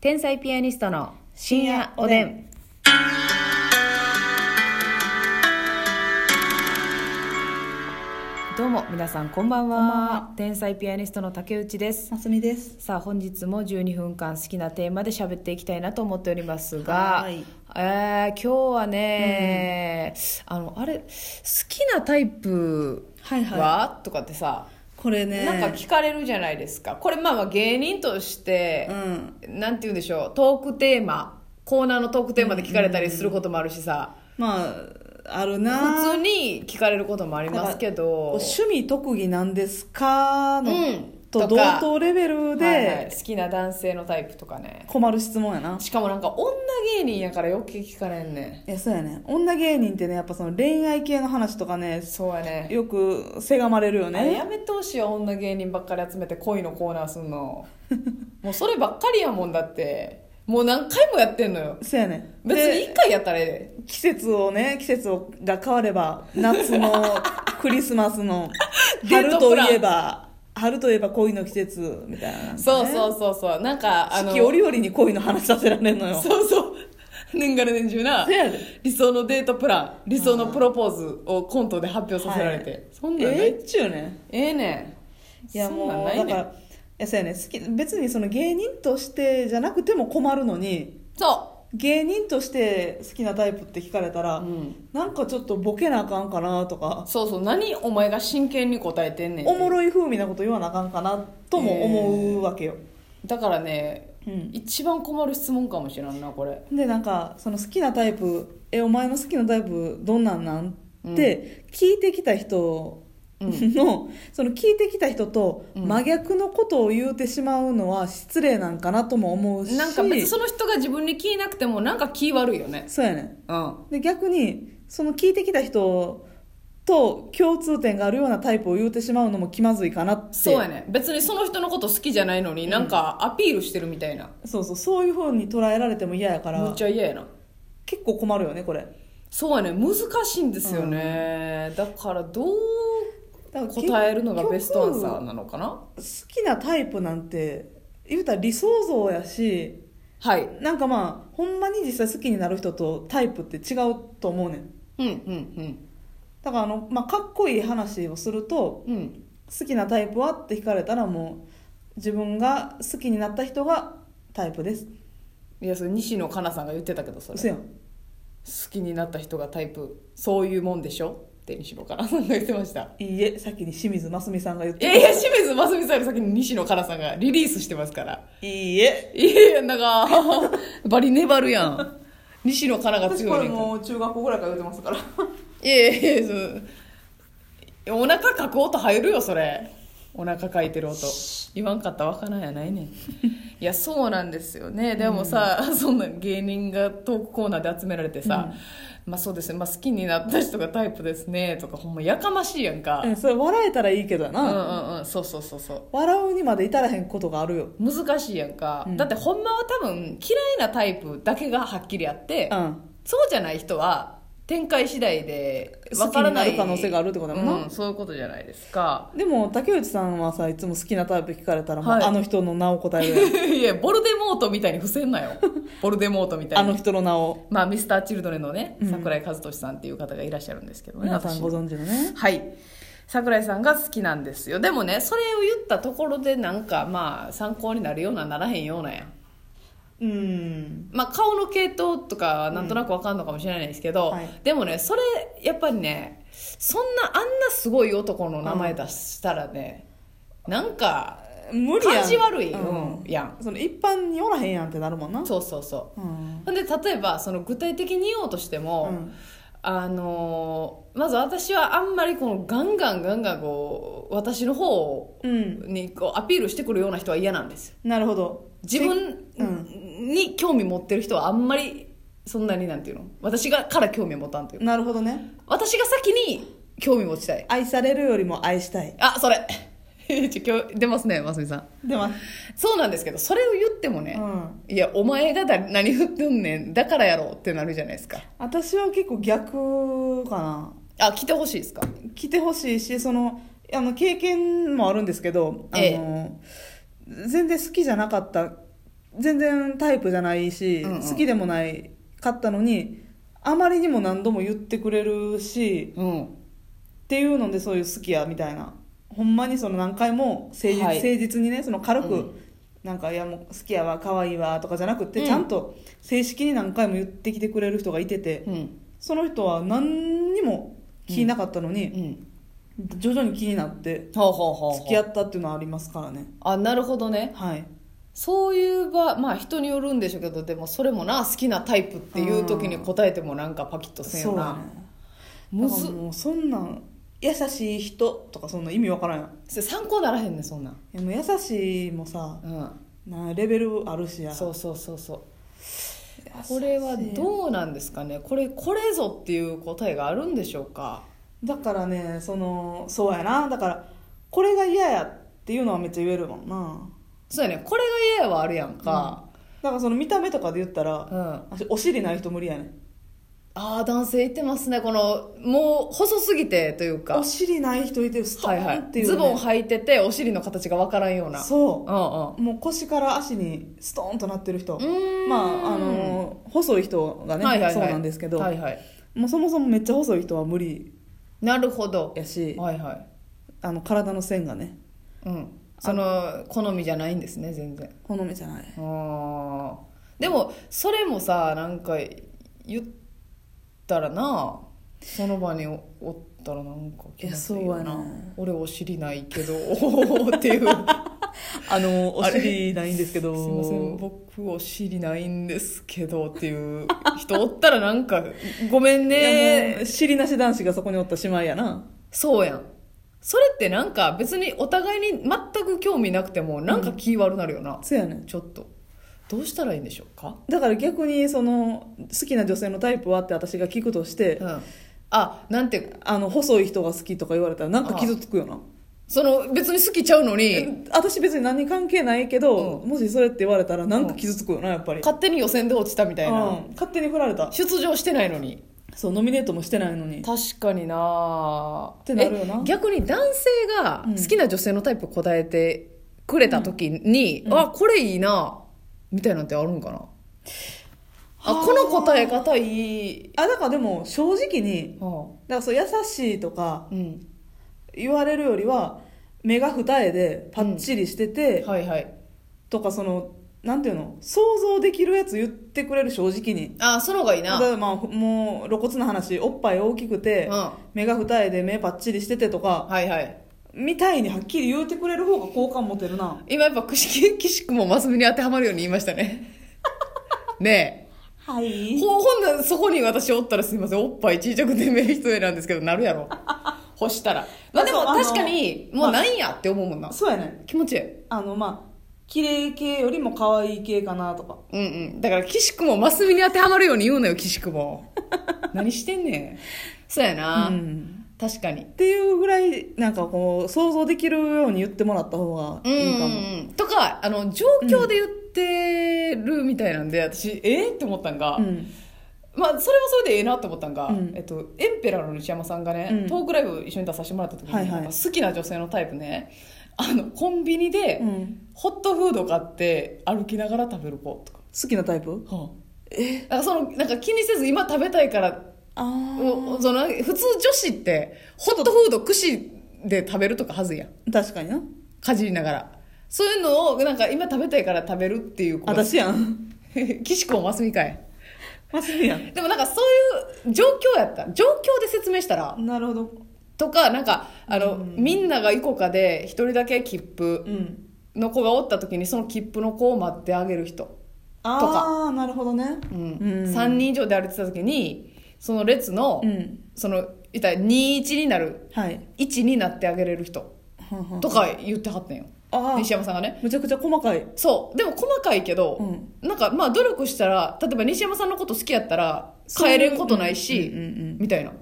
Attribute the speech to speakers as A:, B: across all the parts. A: 天才ピアニストの深夜おでん。どうも皆さんこんばんは
B: こんばんは
A: 天才ピアニストの竹内です
B: ますみです
A: さあ本日も12分間好きなテーマで喋っていきたいなと思っております
B: は
A: が
B: ーい、
A: えー、今日はね、あのあれ好きなタイプ
B: はい
A: は、とかってさ
B: これね
A: なんか聞かれるじゃないですかこれまあまあ芸人として
B: う、ん
A: なんて言うんでしょうトークテーマコーナーのトークテーマで聞かれたりすることもあるしさ、
B: まああるな
A: 普通に聞かれることもありますけ
B: お
A: ど
B: 趣味特技なんですかの、
A: うん
B: と
A: と
B: 同
A: か
B: 等レベル
A: はいはい
B: で
A: 好きな男性のタイプとかね
B: 困る質問やな、
A: しかもなんか女芸人やから余計聞かれんね
B: いやそうやね女芸人ってねやっぱその恋愛系の話とかね
A: んそうやね
B: よくせがまれるよ
A: あれやめ
B: ね
A: てほしいよ女芸人ばっかり集めて恋のコーナーすんのもうそればっかりやもんだってもう何回もやってんのよ
B: そうやね
A: 別に
B: で
A: 1回やったらええで
B: 季節をね季節をが変われば 夏のクリスマスの
A: デー
B: 春
A: トプ
B: と
A: ラン
B: いえば春といえば恋の季節みたいななんかね
A: そうそうそうそうなんかあ
B: 四
A: の
B: 季折々に恋の話させられんのよ
A: そうそう年がら年中な
B: せやで
A: 理想のデートプラン理想のプロポーズをコントで発表させられて、
B: はい
A: そんなんない
B: えっちゅうね
A: ええねん
B: いや
A: そんなん
B: もう
A: ない
B: だ
A: ね
B: か
A: ん
B: らいやそうやね好き別にその芸人としてじゃなくても困るのに
A: そ
B: 芸人として好きなタイプって聞かれたら、
A: う、うん、
B: なんかちょっとボケなあかんかなとか、
A: そうそう何お前が真剣に答えてんねん
B: おもろい風味なこと言わなあかんかなとも思うわけよ、
A: だからね
B: うん
A: 一番困る質問かもしれんなこれ
B: でなんかその好きなタイプ「えお前の好きなタイプどんなんなん?」って聞いてきた人
A: うん
B: の、 その聞いてきた人と
A: うん
B: 真逆のことを言うてしまうのは失礼なんかなとも思うし
A: なんか別にその人が自分に気なくてもなんか気悪いよね
B: そうやねん
A: うん
B: で逆にその聞いてきた人と共通点があるようなタイプを言うてしまうのも気まずいかなって
A: そうやね別にその人のこと好きじゃないのになんかアピールしてるみたいな、
B: そうそうそういうふうに捉えられても嫌やか
A: むっ
B: ら
A: ちゃ嫌やな
B: 結構困るよねこれ
A: そうやね難しいんですよね、だからどう
B: だから
A: 答えるのが
B: 結局
A: ベストアンサーなのかな
B: 好きなタイプなんて言うたら理想像やし
A: はい
B: なんかまあほんまに実際好きになる人とタイプって違うと思うねん
A: うんうん
B: だからあの、まあ、かっこいい話をすると
A: うんうん
B: 好きなタイプはって聞かれたらもう自分が好きになった人がタイプです
A: いやそれ西野カナさんが言ってたけどそれ
B: 嘘やん
A: 好きになった人がタイプそういうもんでしょって西野カナさんが言ってました
B: いいえ先に清水真澄さんが言っ
A: い
B: て
A: やいや清水真澄さんより先に西野カナさんがリリースしてますから
B: いいえ
A: いやいやなんか バリ粘るやん西野カナが
B: 私こ
A: 強いね
B: れ
A: んから
B: もう中学校ぐらいから言ってますから
A: いやいやいやそうお腹かく音入るよそれお腹かいてる音言わんかったらわからんやないねんいやそうなんですよねでもさ、そんな芸人がトークコーナーで集められてさ、まあそうですね、まあ、好きになった人がタイプですねとかほんまやかましいやんか、
B: うんそれ笑えたらいいけどや
A: うん、う
B: な、
A: んうんそうそうそうそう
B: 笑うにまで至らへんことがあるよ
A: 難しいやんか、
B: うん
A: だってほんまは多分嫌いなタイプだけがはっきりあって、
B: うん
A: そうじゃない人は展開次第でわからない
B: 好きになる可能性があるってことだもんな
A: うん、そういうことじゃないですか
B: でも竹内さんはさいつも好きなタイプ聞かれたら、もう
A: はい
B: あの人の名を答え るやん
A: いやボルデモートみたいに伏せんな よボルデモートみた
B: あ
A: い
B: の
A: に
B: 人の名を
A: まあミスターチルドレンのね
B: うん
A: 桜井和寿さんっていう方がいらっしゃるんですけどね
B: 皆さん
A: 私
B: ご
A: の
B: 存知のね
A: はい桜井さんが好きなんですよでもねそれを言ったところでなんかまあ参考になるようなならへんようなやん
B: うん
A: まあ、顔の系統とかはなんとなくわかんのかもしれないですけど、
B: うんはい
A: でもねそれやっぱりねそんなあんなすごい男の名前出したらね、なんか
B: 無理やん
A: 感じ悪い、
B: うん
A: うんやん
B: その一般におらへんやんってなるもんな、
A: そうそうそううんほんで例えばその具体的に言おうとしても、
B: うん
A: あのーまず私はあんまりこのガンガンガンガンこう私の方
B: うん、
A: にこうアピールしてくるような人は嫌なんですよ
B: なるほど
A: 自分
B: う
A: に興味持ってる人はあんまりそんなになんていうの私がから興味を持たんというか
B: なるほどね
A: 私が先に興味持ちたい
B: 愛されるよりも愛したい
A: あそれ ちょ今日出ますねますみさん
B: でも、
A: そうなんですけどそれを言ってもね、
B: うん、
A: いやお前がだ何言ってんねんだからやろってなるじゃないですか
B: 私は結構逆かな
A: あ来てほしいですか
B: 来てほしいしそのあの経験もあるんですけどあの、
A: え
B: 全然好きじゃなかった全然タイプじゃないし、
A: うんうん
B: 好きでもないかったのにあまりにも何度も言ってくれるし
A: うん
B: っていうのでそういう好きやみたいなほんまにその何回も誠実,、
A: はい
B: 誠実にねその軽く、
A: うん
B: なんかいやもう好きやわ可愛いわとかじゃなくて、
A: うん
B: ちゃんと正式に何回も言ってきてくれる人がいてて、
A: うん
B: その人は何にも気なかったの
A: う
B: に、
A: ん
B: 徐々に気になって
A: ほうほうほうほう
B: 付き合ったっていうのはありますからね
A: あなるほどね
B: はい
A: そういう場まあ人によるんでしょうけどでもそれもな好きなタイプっていう時に答えてもなんかパキッとせんよ
B: そうだ
A: な、
B: ね
A: む
B: だ
A: ず
B: からもうそんなん優しい人とかそんな意味わからんやん
A: それ参考ならへんねんそんなん
B: でも優しいもさ
A: うん
B: なレベルあるしや
A: そうそうそうそうこれは
B: 優しい
A: どうなんですかねこれこれぞっていう答えがあるんでしょうか
B: だからねそのそうやなだからこれが嫌やっていうのはめっちゃ言えるもんな
A: そうやねこれが嫌やはあるやんか、
B: だからその見た目とかで言ったら、
A: うん
B: 私お尻ない人無理やねん
A: ああ男性いってますねこのもう細すぎてというか
B: お尻ない人いてるスト
A: はいは
B: ーンっ
A: い
B: ていう、ね
A: ズボン履いててお尻の形がわからんような
B: そう
A: う
B: もう腰から足にストーンとなってる人
A: んうん
B: ま
A: うーん
B: ああの細い人がね、
A: はいはいはい
B: そうなんですけど、
A: はいはい
B: もうそもそもめっちゃ細い人は無理
A: なるほど
B: やし
A: はいはい
B: あの体の線がね
A: うんその好みじゃないんですね全然
B: 好みじゃない
A: あーでもそれもさなんか言ったらなその場におおったらなんか気まずいよ
B: いやそうやな
A: 俺お尻ないけどっていう
B: あのお
A: あれ
B: 尻ないんですけど
A: すいません僕お尻ないんですけどっていう人おったらなんかごめん
B: い
A: ね
B: やもう尻なし男子がそこにおった姉妹やな
A: そうやんそれってなんか別にお互いに全く興味なくてもなんか気悪なるよな、
B: そうやねん
A: ちょっとどうしたらいいんでしょうか
B: だから逆にその好きな女性のタイプはって私が聞くとして、
A: うんあなんて
B: あの細い人が好きとか言われたらなんか傷つくよな
A: その別に好きちゃうのに
B: 私別に何に関係ないけど、
A: う
B: もしそれって言われたらなんか傷つくよなやっぱり、
A: 勝手に予選で落ちたみたいな、
B: うん勝手に振られた
A: 出場してないのに
B: そうノミネートもしてないのに
A: 確かにな
B: ってなるよな
A: え逆に男性が
B: うん
A: 好きな女性のタイプ答えてくれた時に、
B: うん
A: あこれいいなみたいなんてあるんかな、
B: は
A: あ
B: あ
A: この答え方いい、
B: あだからでも正直に
A: あ
B: だからそう優しいとか
A: うん、
B: 言われるよりは目が二重でパッチリしてて、
A: はいはい
B: とかそのなんていうの想像できるやつ言ってくれる正直に
A: あその方がいいな、う
B: だ
A: ん、
B: からまあもう露骨な話おっぱい大きくて、
A: は
B: 目が二重で目パッチリしててとか
A: いはい
B: みたいにはっきり言うてくれる方が好感持てるな
A: 今やっぱ岸岸君もマスミに当てはまるように言いました ねねえ
B: はい
A: ほほんならそこに私おったらすみませんおっぱい小さくて目一重なんですけどなるや ろ干したらまあでも
B: そうあの
A: 確かにもうなんやって思うもんな
B: そうやね
A: 気持ちいい
B: あのまあ綺麗系よりも可愛い系かなとか
A: うんうんだから岸君もマスミに当てはまるように言うなよ岸君 も何してんねんそうやな、
B: うん
A: 確かに
B: っていうぐらいなんかこう想像できるように言ってもらった方が
A: うん
B: いいかも
A: とかあの状況で言ってるみたいなんで、私えー、って思ったんが、
B: うん
A: まあ、それはそれでええなと思ったんが、
B: うん
A: えっと、エンペラーの西山さんがね、
B: うん
A: トークライブ一緒に出させてもらった時に、
B: はいはい
A: なんか好きな女性のタイプねあのコンビニで
B: うん
A: ホットフード買って歩きながら食べる子とか、
B: 好きなタイプ
A: はあ、なんかそのなんか気にせず今食べたいから
B: あ
A: おその普通女子ってホットフード串で食べるとかはずやん
B: 確かにな
A: かじりながらそういうのをなんか今食べたいから食べるっていう子が
B: 私やん
A: 岸子ますみかい
B: マスミやん
A: でもなんかそういう状況やった状況で説明したら
B: なるほど
A: とかなんかあの、みんながイコカで一人だけ切符
B: うん
A: の子がおった時にその切符の子を待ってあげる人、
B: ああなるほどね
A: うん
B: うん
A: 3人以上で歩いてた時にその列の、
B: うん
A: そのいたら21になる
B: はい
A: 1になってあげれる人
B: はんはん
A: とか言ってはったんよ、
B: あ
A: 西
B: あ
A: 山さんがね
B: むちゃくちゃ細かい
A: そうでも細かいけど、
B: う
A: なんかまあ努力したら例えば西山さんのこと好きやったら
B: そう
A: 変えれんことないし、
B: うんうんうん
A: みたいな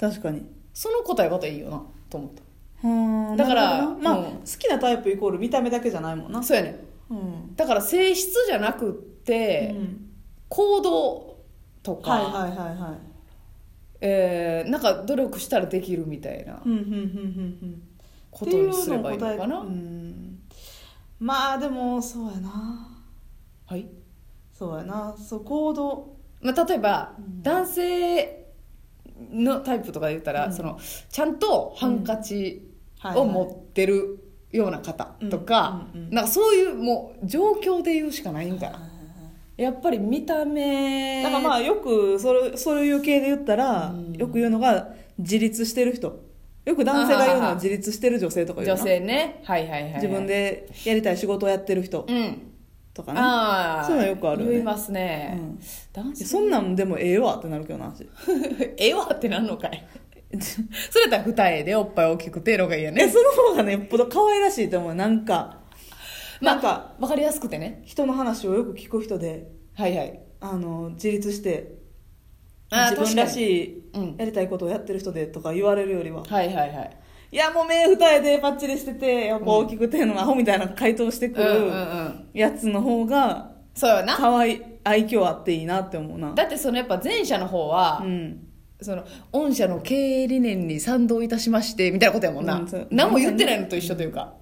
B: 確かに
A: その答え方いいよなと思った
B: はあ
A: だから
B: なるほどなまあ
A: うん
B: 好きなタイプイコール見た目だけじゃないもんな
A: そうやねん
B: うん
A: だから性質じゃなくって、
B: うん
A: 行動とか、
B: はいはいはいはい
A: えーなんか努力したらできるみたいな
B: うんうんうんうんうん
A: ことにすればいいのかな
B: うんまあでもそうやな
A: はい、
B: そうやなそう行動
A: まあ、例えば、
B: うん
A: 男性のタイプとかで言ったら、
B: うん
A: そのちゃんとハンカチ
B: うん
A: を持ってるような方とか、
B: うんうんうん
A: なんかそういうもう状況で言うしかないんだ、やっぱり見た目
B: だからまあよくそれそういう系で言ったら、
A: うん
B: よく言うのが自立してる人よく男性が言
A: あ
B: うの
A: はは
B: は自立してる女性とか言う
A: 女
B: な
A: 性ねはいはいはいはい
B: 自分でやりたい仕事をやってる人
A: うん
B: とかね、
A: ああ
B: そういうのよくあるよね
A: 言いますね、
B: うん
A: 男
B: いや
A: 性
B: そんなんでもええわってなるけどな私
A: ええわってなんのかいそれやったら二重でおっぱい大きくてのがいいよ
B: え
A: ね
B: その方がねよっぽど可愛らしいと思うなんか
A: まあ
B: なんか
A: わかりやすくてね
B: 人の話をよく聞く人で
A: はいはい
B: あの自立して
A: あー
B: 自分らし
A: 確かにう
B: い
A: ん
B: やりたいことをやってる人でとか言われるよりは、
A: はいはいはい
B: いやもう目二重でパッチリしててやっぱ大きくてのアホみたいな回答してく
A: うんうんう
B: る
A: ん
B: やつの方が
A: そうよな
B: 可愛い愛嬌あっていいなって思うな
A: だってそのやっぱ前者の方は、
B: うん
A: その御社の経営理念に賛同いたしましてみたいなことやもんな、
B: うんそう
A: 何も言ってないのと一緒というか、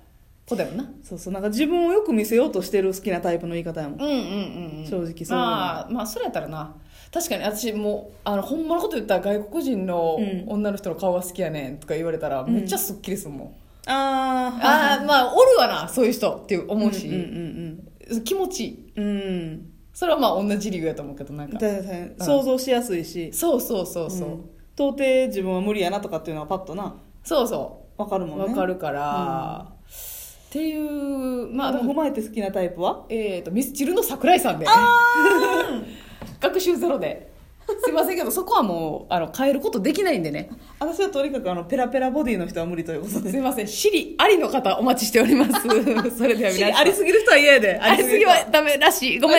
A: ことやもんな
B: そうそうなんか自分をよく見せようとしてる好きなタイプの言い方やもん、
A: うんうんうんうん
B: 正直そう
A: まあまあそれやったらな確かに私もうあのほんまのこと言ったら外国人の
B: うん
A: 女の人の顔が好きやねんとか言われたら、
B: うん
A: めっちゃすっきりするもん、
B: あーはい
A: ああまあおるわなそういう人って思うし、
B: うんうん
A: 気持ちいい
B: うんうん
A: それはまあ同じ理由やと思うけどなん
B: うん
A: か
B: 確かに想像しやすいし、
A: そうそうそうそう、
B: ん到底自分は無理やなとかっていうのはパッとな
A: そうそ
B: 分かる
A: う
B: もんね
A: わかるから、っていうまあだから
B: 踏まえて好きなタイプは
A: えー、とミスチルの桜井さんで 学習ゼロですいませんけどそこはもうあの変えることできないんでね
B: 私はとにかくあのペラペラボディの人は無理ということです
A: すいません私利ありの 方お待ちしておりますそれでは皆さん
B: ありすぎる人は嫌やで
A: ありすぎはダメらしいごめん